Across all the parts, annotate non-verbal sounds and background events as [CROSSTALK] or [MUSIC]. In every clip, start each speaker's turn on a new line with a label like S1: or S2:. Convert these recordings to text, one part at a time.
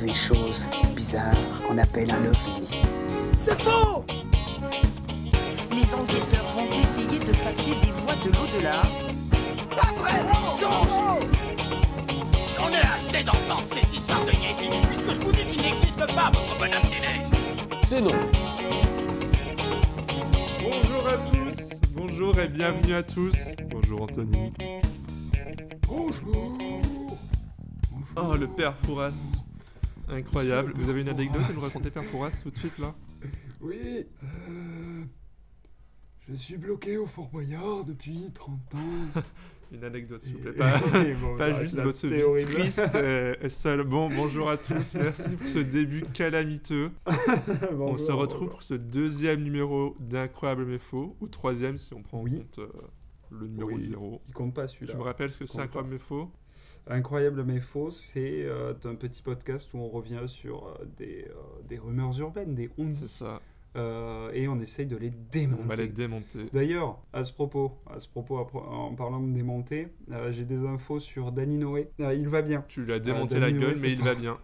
S1: des choses bizarres qu'on appelle un ovni.
S2: C'est faux Les enquêteurs vont essayer de capter des voix de l'au-delà.
S3: Pas vrai Mensonge
S4: J'en ai assez d'entendre ces histoires de Yeti, puisque je vous dis qu'il n'existe pas, votre bonhomme des neiges
S5: C'est non
S6: Bonjour à tous Bonjour et bienvenue à tous Bonjour Anthony
S7: Bonjour
S6: Oh, le père Fouras. Incroyable. Vous avez une anecdote à nous raconter, père Fouras, tout de suite, là
S7: Oui. Euh, je suis bloqué au Fort Boyard depuis 30 ans.
S6: une anecdote, [LAUGHS] s'il vous plaît.
S7: [LAUGHS]
S6: Pas, bon, pas juste votre vie triste et seul. Bon, bonjour à tous. Merci pour ce début
S8: [LAUGHS]
S6: calamiteux. bon, on se retrouve bon, pour ce deuxième numéro d'Incroyable mais faux, ou troisième si on prend en oui. compte euh, le numéro oui. 0.
S8: Il compte pas celui-là.
S6: Tu me rappelles ce que c'est Incroyable mais faux
S8: Incroyable mais faux, c'est euh, un petit podcast où on revient sur euh, des, euh, des, rumeurs urbaines, des on
S6: C'est ça.
S8: et on essaye de les démonter.
S6: On va les démonter.
S8: D'ailleurs, à ce propos, à ce propos, en parlant de démonter, euh, j'ai des infos sur Danny Noé. Euh, il va bien.
S6: Tu lui as démonté la gueule, Noé, mais il pas... va bien.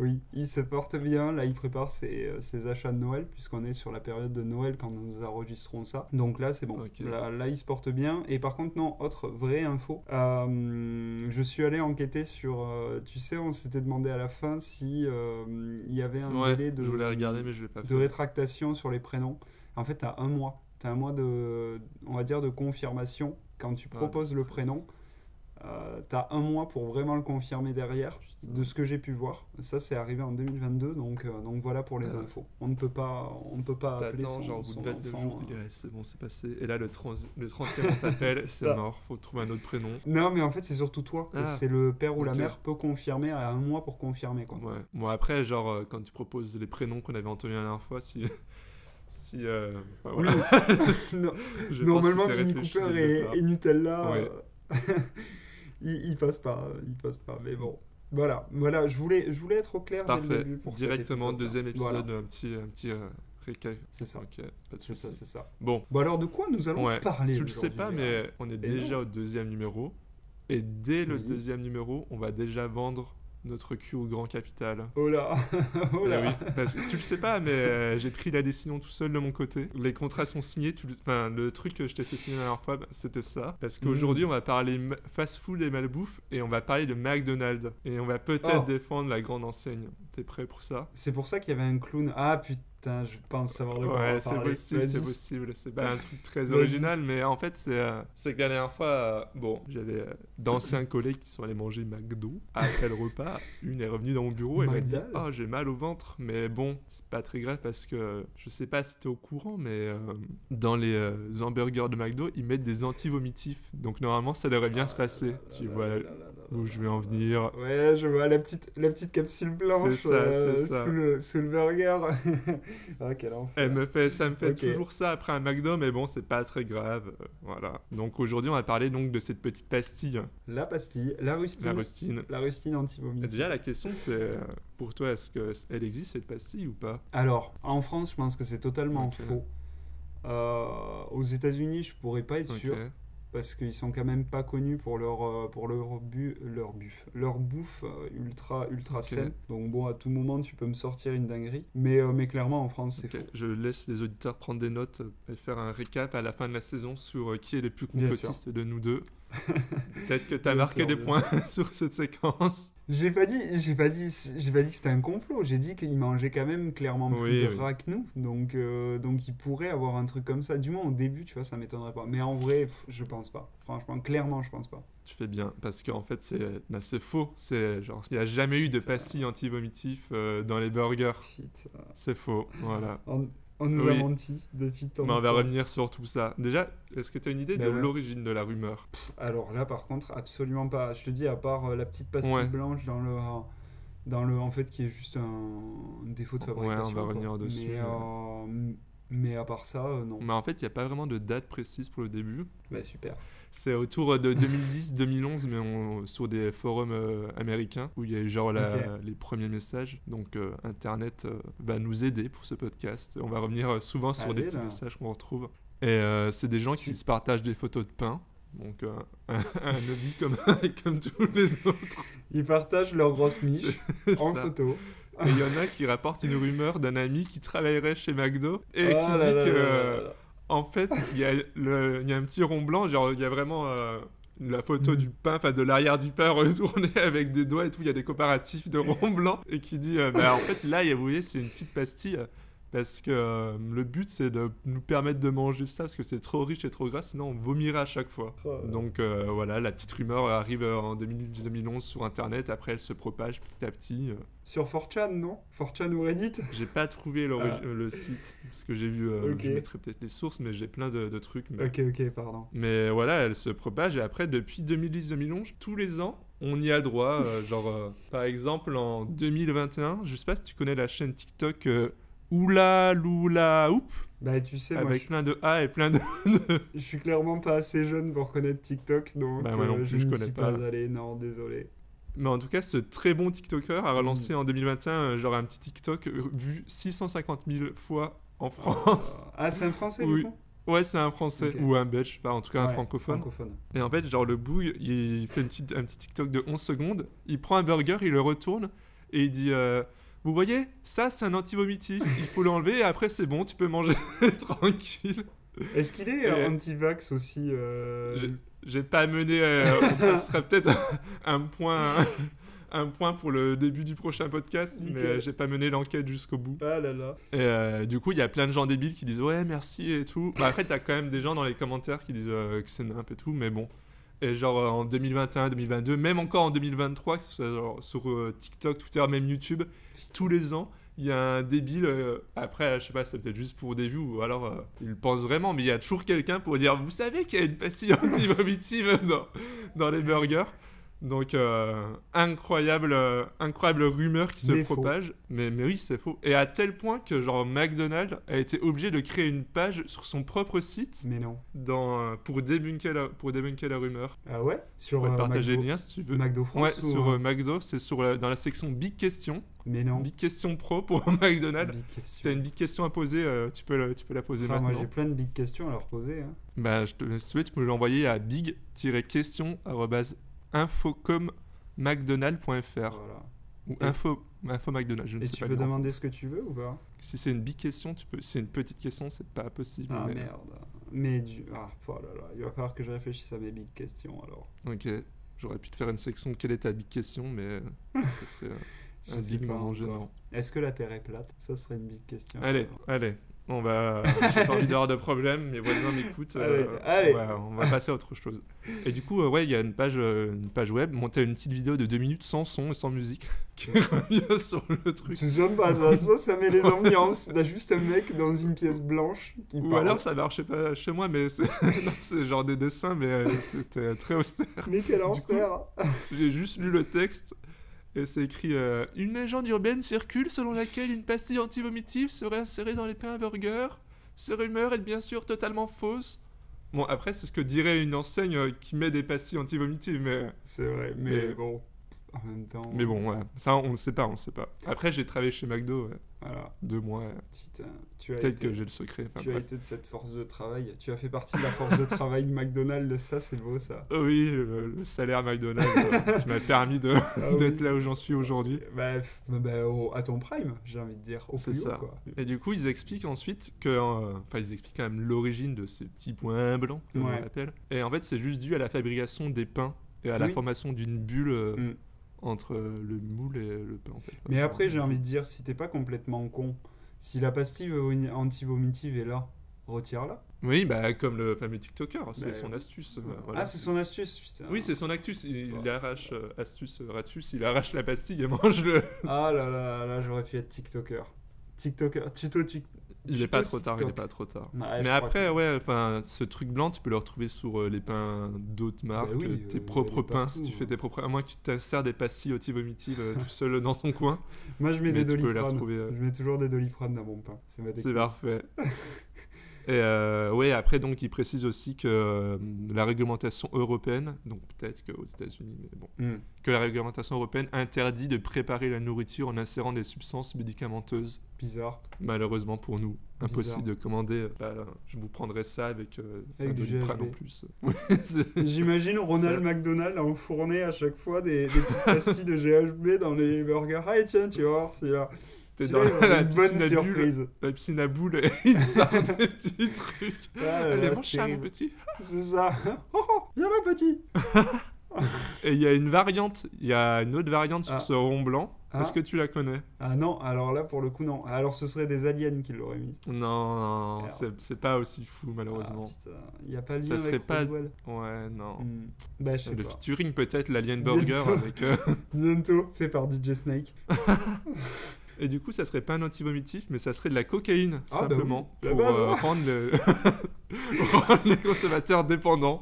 S8: oui, il se porte bien. Là, il prépare ses, euh, ses achats de Noël, puisqu'on est sur la période de Noël quand nous enregistrons ça. Donc là, c'est bon. Okay. Là, là, il se porte bien. Et par contre, non, autre vraie info. Euh, je suis allé enquêter sur. Euh, tu sais, on s'était demandé à la fin si euh, il y avait un
S6: ouais,
S8: délai de,
S6: je voulais regarder, mais je pas
S8: de rétractation sur les prénoms. En fait, t'as un mois. T'as un mois de, on va dire, de confirmation quand tu proposes ah, le prénom. Euh, t'as un mois pour vraiment le confirmer derrière, Putain. de ce que j'ai pu voir. Ça, c'est arrivé en 2022, donc, euh, donc voilà pour les ouais. infos. On ne peut pas, on ne peut pas appeler son,
S6: Ah. genre au bout
S8: son euh. hein.
S6: de 29 jours, tu dis ouais, c'est bon, c'est passé. Et là, le, trans le 30e, on
S8: [LAUGHS]
S6: t'appelle, c'est mort, faut trouver un autre prénom.
S8: Non, mais en fait, c'est surtout toi. Ah. C'est le père ou okay. la mère peut confirmer à un mois pour confirmer. Quoi.
S6: Ouais. Bon, après, genre, euh, quand tu proposes les prénoms qu'on avait entendus la dernière fois, si. [LAUGHS] si euh,
S8: enfin, voilà. non. Normalement, Mini Cooper et, et, Nutella. Ouais. [LAUGHS] il, il, passe pas, il passe pas. Mais bon, voilà, voilà. Je voulais, je voulais être au clair
S6: parfait.
S8: dès le début pour
S6: Directement
S8: épisode hein.
S6: deuxième épisode, voilà. un petit, un petit euh, récap.
S8: C'est ça.
S6: Okay,
S8: c'est ça, c'est ça.
S6: Bon.
S8: Bon alors de quoi nous allons
S6: ouais.
S8: parler hein
S6: Tu le sais pas, mais on est Et déjà non. au deuxième numéro. Et dès le oui. deuxième numéro, on va déjà vendre notre cul au grand capital.
S8: Oh là, [LAUGHS] oh là.
S6: Eh oui, parce que tu le sais pas, mais euh, j'ai pris la décision tout seul de mon côté. Les contrats sont signés. Tu le... Enfin, le truc que je t'ai fait signer la dernière fois, ben, c'était ça. Parce qu'aujourd'hui, mmh. on va parler fast-food et malbouffe, et on va parler de McDonald's. Et on va peut-être oh. défendre la grande enseigne. T'es prêt pour ça
S8: C'est pour ça qu'il y avait un clown. Ah putain. Putain, je pense savoir de quoi
S6: ouais, c'est possible, c'est possible. C'est pas un truc [LAUGHS] très original, mais en fait, c'est euh, que la dernière fois, euh, bon, j'avais euh, d'anciens [LAUGHS] collègues qui sont allés manger McDo après le repas. Une est revenue dans mon bureau et m'a dit Oh, j'ai mal au ventre. Mais bon, c'est pas très grave parce que je sais pas si t'es au courant, mais euh, dans les euh, hamburgers de McDo, ils mettent des anti-vomitifs. Donc normalement, ça devrait bien ah, se passer. Là, tu là, vois là, où je vais en venir.
S8: Ouais, je vois la petite, la petite capsule blanche euh,
S6: ça, ça.
S8: Sous, le, sous le burger. [LAUGHS] ah, quel
S6: Elle me fait, ça me fait okay. toujours ça après un McDo, mais bon, c'est pas très grave. euh, Voilà. Donc aujourd'hui, on va parler donc de cette petite pastille. hein,
S8: La pastille, la rustine.
S6: La rustine.
S8: La rustine anti-vomi.
S6: Déjà, la question, c'est euh, pour toi, est-ce qu'elle existe cette pastille ou pas
S8: Alors, en France, je pense que c'est totalement okay. faux. Euh, aux États-Unis, je pourrais pas être okay. sûr parce qu'ils sont quand même pas connus pour leur euh, pour leur bu, leur buff leur bouffe euh, ultra ultra okay. saine. Donc bon à tout moment tu peux me sortir une dinguerie, mais euh, mais clairement en France c'est okay.
S6: Je laisse les auditeurs prendre des notes et faire un récap à la fin de la saison sur euh, qui est les plus complotistes de nous [LAUGHS] deux. Peut-être que tu as bien marqué sûr, des points [LAUGHS] sur cette séquence.
S8: J'ai pas dit, j'ai pas dit, j'ai pas dit que c'était un complot. J'ai dit qu'il mangeait quand même clairement plus
S6: oui,
S8: de
S6: oui.
S8: gras que nous, donc euh, donc il pourrait avoir un truc comme ça. Du moins au début, tu vois, ça m'étonnerait pas. Mais en vrai, pff, je pense pas. Franchement, clairement, je pense pas.
S6: Tu fais bien parce qu'en fait c'est ben, c'est faux. C'est euh, genre il n'y a jamais eu de pastille anti-vomitif euh, dans les burgers. C'est faux, voilà.
S8: en... On nous oui. a menti depuis tant
S6: Mais on va revenir sur tout ça. Déjà, est-ce que tu as une idée ben de ouais. l'origine de la rumeur
S8: Pff, Alors là, par contre, absolument pas. Je te dis, à part euh, la petite pastille ouais. blanche dans le. euh, Dans le. En fait, qui est juste un, un défaut de fabrication.
S6: Ouais, on va revenir quoi. dessus.
S8: Mais, euh, mais, à part ça, euh, non.
S6: Mais en fait, il n'y a pas vraiment de date précise pour le début.
S8: Bah, super.
S6: C'est autour de 2010-2011, mais on, sur des forums euh, américains où il y a eu genre la, okay. les premiers messages. Donc euh, Internet euh, va nous aider pour ce podcast. On va euh, revenir souvent sur Allez, des petits là. messages qu'on retrouve. Et c'est des gens qui se partagent des photos de pain Donc, euh, [LAUGHS] un, un hobby comme, [LAUGHS] comme tous les autres.
S8: Ils partagent leur
S6: [LAUGHS]
S8: grosse niche
S6: C'est
S8: en
S6: ça.
S8: photo.
S6: Et il y en a qui rapportent une rumeur d'un ami qui travaillerait chez McDo et
S8: Oh
S6: qui dit
S8: là là
S6: que,
S8: là là là.
S6: en fait, il y, a le- il y a un petit rond blanc, genre, il y a vraiment euh, la photo
S8: Mm.
S6: du pain, enfin de l'arrière du pain [LAUGHS] retourné avec des doigts et tout, il y a des comparatifs de rond blanc et qui dit, euh, bah, en fait, là, il y a- vous voyez, c'est une petite pastille. euh, Parce que euh, le but c'est de nous permettre de manger ça parce que c'est trop riche et trop gras, sinon on vomira à chaque fois.
S8: Oh là là.
S6: Donc euh, voilà, la petite rumeur arrive euh, en 2010-2011 sur internet, après elle se propage petit à petit. euh,
S8: Sur 4chan, non 4chan ou Reddit
S6: j'ai pas trouvé l'origi-
S8: Ah.
S6: euh, le site, parce que j'ai vu, euh,
S8: Ok.
S6: je mettrai peut-être les sources, mais j'ai plein de, de trucs. Mais...
S8: Ok, ok, pardon.
S6: mais voilà, elle se propage, et après, depuis 2010-2011, tous les ans, on y a le droit. euh, [LAUGHS] genre, euh, par exemple, en 2021, je sais pas si tu connais la chaîne TikTok euh, Oula Loula Oup,
S8: Bah, tu sais, moi,
S6: avec
S8: je,
S6: plein de A et plein de... [LAUGHS]
S8: je suis clairement pas assez jeune pour connaître TikTok, donc
S6: Bah, moi non
S8: euh,
S6: plus,
S8: je
S6: je
S8: ne
S6: connais
S8: suis
S6: pas.
S8: allé, non, désolé.
S6: mais en tout cas, ce très bon TikToker a
S8: Mm.
S6: relancé en 2021, euh, genre un petit TikTok euh, vu 650 000 fois en France.
S8: [LAUGHS] Ah, c'est un français,
S6: Oui,
S8: du coup
S6: Ouais, c'est un français,
S8: Oh. Ok.
S6: ou un belge, je sais pas, en tout cas un
S8: Ouais,
S6: francophone. Et en fait, genre, le bouille, il fait une petite, un petit TikTok de 11 secondes, il prend un burger, il le retourne, et il dit euh, Vous voyez, ça, c'est un anti-vomitif, il faut l'enlever, et après, c'est bon, tu peux manger [LAUGHS] tranquille.
S8: Est-ce qu'il est euh,
S6: Et-
S8: anti-vax aussi euh,
S6: Je- J'ai pas mené. euh, ce serait peut-être un point. Un point pour le début du prochain podcast, mais
S8: Nickel.
S6: euh, j'ai pas mené l'enquête jusqu'au bout.
S8: Ah là là.
S6: Et euh, du coup, il y a plein de gens débiles qui disent ouais, merci et tout. Bah, après, t'as quand même des gens dans les commentaires qui disent euh, que c'est nimp et tout, mais bon. Et genre euh, en 2021, 2022, même encore en 2023, que ce soit, genre, sur euh, TikTok, Twitter, même YouTube, tous les ans, il y a un débile. euh, après, je sais pas, c'est peut-être juste pour des vues ou alors euh, il le pense vraiment, mais il y a toujours quelqu'un pour dire vous savez qu'il y a une pastille [LAUGHS] anti-vomitive dans, dans les burgers. Donc, euh, incroyable, euh, incroyable rumeur qui se
S8: Mais faux.
S6: propage. Mais, mais oui, c'est faux. Et à tel point que, genre, McDonald's a été obligé de créer une page sur son propre site
S8: Mais non.
S6: dans, euh, pour, débunker la, pour débunker la rumeur.
S8: Ah ouais
S6: Je
S8: Sur
S6: pourrais
S8: euh,
S6: te partager
S8: McDo,
S6: le lien si tu veux.
S8: McDo
S6: ouais,
S8: France ou,
S6: sur
S8: euh,
S6: euh, McDo, c'est sur la- dans la section Big Question.
S8: Mais non.
S6: Big Question Pro pour [LAUGHS] McDonald's.
S8: Big
S6: Si t'as
S8: question.
S6: une big question à poser, euh, tu, peux le- tu peux la poser
S8: Ah, moi,
S6: maintenant.
S8: j'ai plein de big questions à leur poser. hein.
S6: Bah, je te, si tu veux, tu peux l'envoyer à big-question.infocom.mcdonald.fr
S8: Voilà.
S6: ou
S8: Et-
S6: info, info McDonald, je ne
S8: Et
S6: sais
S8: tu
S6: pas.
S8: peux
S6: comment.
S8: demander ce que tu veux ou pas
S6: Si c'est une big question, tu peux. Si c'est une petite question, c'est pas possible.
S8: Ah
S6: mais-
S8: merde. Mais du. Ah, oh là là, il va falloir que je réfléchisse à mes big questions alors.
S6: Ok, j'aurais pu te faire une section quelle est ta big question, mais
S8: [LAUGHS]
S6: euh, ça serait euh,
S8: Je
S6: un
S8: sais
S6: big
S8: pas
S6: moment
S8: encore. Ah,
S6: gênant.
S8: Est-ce que la Terre est plate Ça serait une big question.
S6: Allez, allez, on
S8: [LAUGHS]
S6: va. J'ai pas envie d'avoir de problème, mes voisins m'écoutent. euh,
S8: Allez, allez.
S6: on va- on va passer à autre chose. Et du coup, euh, ouais, il y a une page, euh, une page web, monter une petite vidéo de 2 minutes sans son et sans musique [LAUGHS] qui revient [LAUGHS] sur le truc.
S8: C'est sympa ça, ça, ça met
S6: [LAUGHS]
S8: les ambiances. T'as juste un mec dans une pièce blanche qui
S6: Ou
S8: parle.
S6: alors ça marchait pas chez moi, mais c'est [LAUGHS] non, c'est genre des dessins, mais euh, c'était très austère.
S8: Mais quel enfer
S6: J'ai juste lu le texte et c'est écrit euh, Une légende urbaine circule selon laquelle une pastille anti-vomitive serait insérée dans les pains à burger. Ces rumeurs est bien sûr totalement fausse. Bon, après, c'est ce que dirait une enseigne euh, qui met des pastilles anti-vomitives, mais,
S8: C'est vrai, mais,
S6: Mais-
S8: bon. En même temps.
S6: mais bon, ouais. ça on ne sait pas, on ne sait pas. Après, j'ai travaillé chez McDo ouais,
S8: Voilà.
S6: deux mois, ouais.
S8: Putain, tu as
S6: peut-être
S8: été-
S6: que j'ai le secret. enfin,
S8: Tu as
S6: bref.
S8: été de cette force de travail. Tu as fait partie de la force de travail McDonald's. Ça, c'est beau, ça.
S6: Oh oui, le, le salaire McDonald's
S8: [LAUGHS]
S6: euh, qui m'a permis de-
S8: Ah
S6: d'être
S8: oui.
S6: là où j'en suis aujourd'hui.
S8: Bah, f- bah, au- à ton prime, j'ai envie de dire. Au
S6: C'est
S8: plus haut,
S6: ça.
S8: quoi.
S6: Et du coup, ils expliquent ensuite que. euh, Enfin, ils expliquent quand même l'origine de ces petits points blancs, comme
S8: Ouais.
S6: on l'appelle. Et en fait, c'est juste dû à la fabrication des pains et à la
S8: Oui.
S6: formation d'une bulle euh,
S8: Mm.
S6: entre euh, le moule et le pain. en fait.
S8: Mais
S6: Ouais.
S8: après, j'ai envie de dire, si t'es pas complètement con, si la pastille voni- anti-vomitive est là, retire-la.
S6: Oui, bah, comme le fameux TikToker, c'est
S8: Bah,
S6: son astuce. euh, voilà.
S8: Ah, c'est son astuce, putain.
S6: Oui, c'est son astuce. Il, il
S8: Ouais.
S6: arrache. euh, astuce, euh, ratus, il arrache la pastille et mange le.
S8: Ah là là, là, j'aurais pu être TikToker. TikToker, tuto, tu...
S6: Il
S8: Tuto
S6: est pas trop tard, il est
S8: TikTok.
S6: pas trop tard.
S8: Ouais, je
S6: Mais
S8: crois
S6: après,
S8: que-
S6: ouais, enfin, ce truc blanc, tu peux le retrouver sur euh, les pains d'autres marques,
S8: oui,
S6: euh,
S8: euh,
S6: tes
S8: il y en
S6: propres
S8: a
S6: pains, si
S8: partout,
S6: tu fais
S8: hein.
S6: tes propres. À moins que tu t'insères des pastilles anti-vomitives euh, tout seul dans ton
S8: [LAUGHS]
S6: coin.
S8: Moi, je mets
S6: Mais
S8: des
S6: tu peux les
S8: doliprane.
S6: retrouver, euh.
S8: [LAUGHS] Je mets toujours [LAUGHS] des doliprane dans mon pain. C'est ma
S6: C'est
S8: technique.
S6: parfait. Et euh, ouais, après, donc, il précise aussi que euh, la réglementation européenne, donc peut-être qu'aux États-Unis, mais bon,
S8: Hmm.
S6: que la réglementation européenne interdit de préparer la nourriture en insérant des substances médicamenteuses.
S8: Bizarre.
S6: Malheureusement pour nous, impossible
S8: Bizarre.
S6: de commander. euh, bah, là, je vous prendrai ça avec, euh,
S8: Avec
S6: un
S8: du
S6: Doliprane
S8: GHB.
S6: en
S8: [LAUGHS]
S6: plus. Ouais, c'est- [LAUGHS]
S8: J'imagine Ronald
S6: c'est-
S8: McDonald a enfourné à chaque fois des, des petites pastilles de GHB dans les burgers. Ah, et tiens, tu vas voir, c'est là.
S6: T'es
S8: Celui-là,
S6: dans
S8: il y aura
S6: la, la
S8: une bonne
S6: piscine à bulles,
S8: surprise.
S6: la piscine à boules, [LAUGHS] et il
S8: [LAUGHS]
S6: te sort des petits trucs.
S8: Ah là
S6: Allez,
S8: là,
S6: mange ça, mon
S8: terrible.
S6: petit.
S8: C'est ça. [LAUGHS] Oh, oh, viens là, petit.
S6: Et il y a une variante, il y a une autre variante sur
S8: Ah.
S6: ce rond blanc.
S8: Ah.
S6: Est-ce que tu la connais
S8: Ah non, alors là, pour le coup, non. Alors, ce serait des aliens qui l'auraient mis.
S6: Non, non, non,
S8: Merde. Ah,
S6: c'est c'est pas aussi fou, malheureusement.
S8: Il n'y a pas le lien
S6: Ça serait
S8: avec
S6: pas-
S8: Roswell.
S6: ouais, non.
S8: Hmm. Bah, je sais
S6: Le
S8: pas.
S6: featuring, peut-être, l'Alien
S8: [LAUGHS]
S6: Burger
S8: Bientôt.
S6: avec. euh,
S8: Bientôt, fait par DJ Snake.
S6: Et du coup, ça serait pas un anti-vomitif, mais ça serait de la cocaïne,
S8: Ah, bah
S6: simplement,
S8: oui. La
S6: pour
S8: base,
S6: euh,
S8: hein.
S6: rendre, le- [LAUGHS] rendre les consommateurs
S8: [LAUGHS]
S6: dépendants.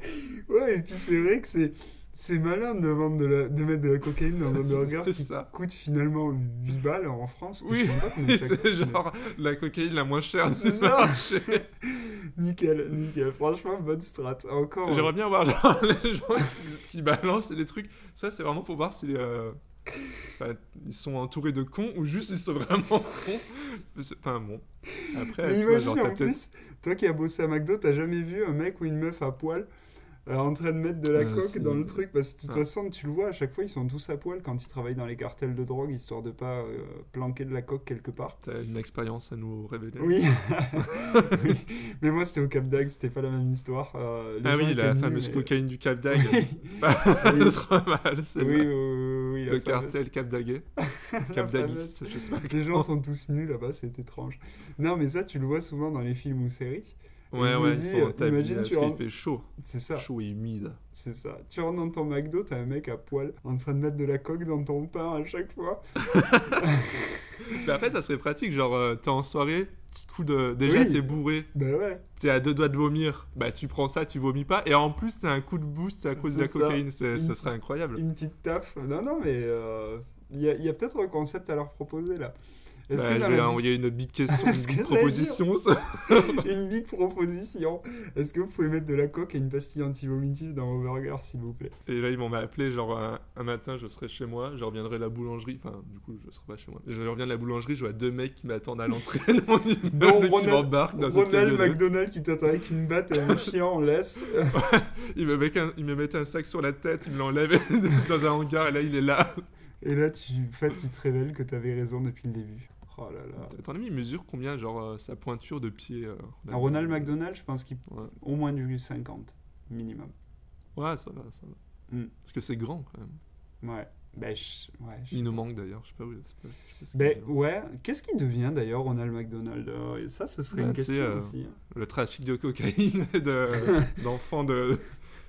S8: Ouais, et puis c'est vrai que c'est... C'est malin de, vendre de, la- de mettre de la cocaïne dans un burger
S6: [LAUGHS] C'est
S8: qui
S6: ça.
S8: coûte finalement 8 balles en France. que
S6: Oui,
S8: je sais pas combien ça
S6: C'est
S8: coûte, mais-
S6: genre la cocaïne la moins chère
S8: C'est
S6: du
S8: ça. [LAUGHS]
S6: marché.
S8: Nickel, nickel. Franchement, bonne strat. Encore. hein.
S6: J'aimerais bien voir genre, [LAUGHS] les gens qui- qui balancent les trucs. Soit c'est vraiment pour voir si euh, enfin, ils sont entourés de cons ou juste ils sont vraiment cons. Enfin bon. Après,
S8: Mais
S6: tu vois,
S8: imagine
S6: genre, t'as
S8: en
S6: peut-être.
S8: plus, toi qui as bossé à McDo, t'as jamais vu un mec ou une meuf à poil euh, en train de mettre de la
S6: Euh,
S8: coque
S6: si.
S8: dans le truc Parce que de toute
S6: Ah.
S8: façon, tu le vois, à chaque fois, ils sont tous à poil quand ils travaillent dans les cartels de drogue, histoire de pas euh, planquer de la coque quelque part.
S6: T'as une expérience à nous révéler. [LAUGHS]
S8: Oui. Oui. Mais moi, c'était au Cap d'Agde, c'était pas la même histoire. Euh, les
S6: Ah
S8: gens
S6: oui,
S8: étaient
S6: la
S8: nus,
S6: fameuse
S8: mais- [LAUGHS]
S6: cocaïne du Cap d'Agde. [LAUGHS] Ah,
S8: Oui.
S6: C'est [LAUGHS] trop mal, c'est
S8: Oui, oui,
S6: mal.
S8: oui, oui, la
S6: Le
S8: fameuse-
S6: cartel Cap d'Aguet.
S8: [LAUGHS] la
S6: Cap
S8: fameuse-
S6: d'Agis, je sais pas.
S8: Les gens sont tous nus là-bas, c'est étrange. Non, mais ça, tu le vois souvent dans les films ou séries.
S6: Ouais,
S8: je me
S6: ouais, ils
S8: dis,
S6: sont
S8: euh,
S6: tabliers
S8: imagine,
S6: parce
S8: tu
S6: qu'il
S8: rentres-
S6: fait chaud.
S8: C'est ça,
S6: Chaud et humide.
S8: c'est ça. Tu rentres dans ton McDo, t'as un mec à poil en train de mettre de la coque dans ton pain à chaque fois.
S6: Mais après, ça serait pratique. Genre, euh, t'es en soirée, petit coup de. Déjà,
S8: Oui.
S6: t'es bourré.
S8: Bah ouais.
S6: t'es à deux doigts de vomir, bah tu prends ça, tu vomis pas, et en plus c'est un coup de boost à cause de la
S8: C'est ça.
S6: cocaïne, C'est- ça serait incroyable.
S8: Une petite taf. Non, non, mais euh, il y a, il y a peut-être un concept à leur proposer là. Est-ce
S6: Bah,
S8: que
S6: je
S8: dans
S6: vais
S8: la big-
S6: envoyer une
S8: [LAUGHS]
S6: big question, une
S8: Est-ce
S6: big
S8: que la
S6: proposition. ça.
S8: une big proposition Est-ce que vous pouvez mettre de la coque et une pastille anti-vomitive dans vos burgers, s'il vous plaît
S6: Et là ils vont m'appeler, genre un, un matin je serai chez moi, je reviendrai à la boulangerie, enfin du coup je serai pas chez moi, je reviens de la boulangerie, je vois deux mecs qui m'attendent à l'entrée [LAUGHS] de mon
S8: Non,
S6: immeuble et qui
S8: Ronald-
S6: m'embarquent dans une
S8: Ronald
S6: camionnette.
S8: McDonald qui t'attend avec une batte et un chien en laisse.
S6: Ils me, mettent un, ils me mettent un sac sur la tête, ils me l'enlèvent [LAUGHS] dans un hangar et là il est là.
S8: Et là, tu, en fait, il te révèle que t'avais raison depuis le début. Oh là là.
S6: Attends, mais il mesure combien genre euh, sa pointure de pied euh,
S8: Un Ronald McDonald, je pense qu'il
S6: Ouais.
S8: au moins du 50 minimum.
S6: Ouais ça va, ça va.
S8: Mm.
S6: Parce que c'est grand quand même.
S8: Ouais. Ben, je- ouais. je-
S6: Il nous manque d'ailleurs, je sais pas où. je sais pas- je sais pas ce
S8: Ben,
S6: qu'il y a.
S8: ouais. Qu'est-ce qu'il devient d'ailleurs, Ronald McDonald Euh, et Ça, ce serait
S6: Ben,
S8: une
S6: tu sais,
S8: question
S6: euh,
S8: aussi. hein.
S6: Le trafic de cocaïne et
S8: [LAUGHS]
S6: de- d'enfants de.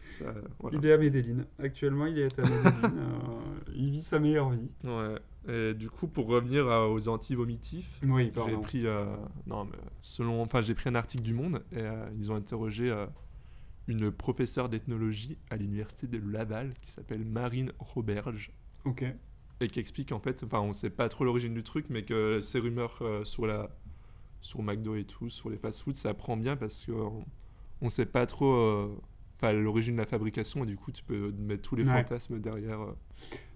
S6: ça, voilà.
S8: Il est à Medellin. Actuellement, il est à Medellin. [LAUGHS] euh, il vit sa meilleure vie.
S6: Ouais. Et du coup, pour revenir à- aux anti-vomitifs,
S8: Oui,
S6: j'ai
S8: pardon.
S6: pris. euh, Non, mais selon. Enfin, j'ai pris un article du Monde et euh, ils ont interrogé. euh, une professeure d'ethnologie à l'université de Laval qui s'appelle Marine Roberge
S8: Ok.
S6: et qui explique en fait, enfin on sait pas trop l'origine du truc, mais que ces rumeurs euh, sur la sur McDo et tout, sur les fast-foods, ça prend bien parce que euh, on sait pas trop euh, enfin l'origine de la fabrication et du coup tu peux mettre tous les
S8: Ouais.
S6: fantasmes derrière. euh.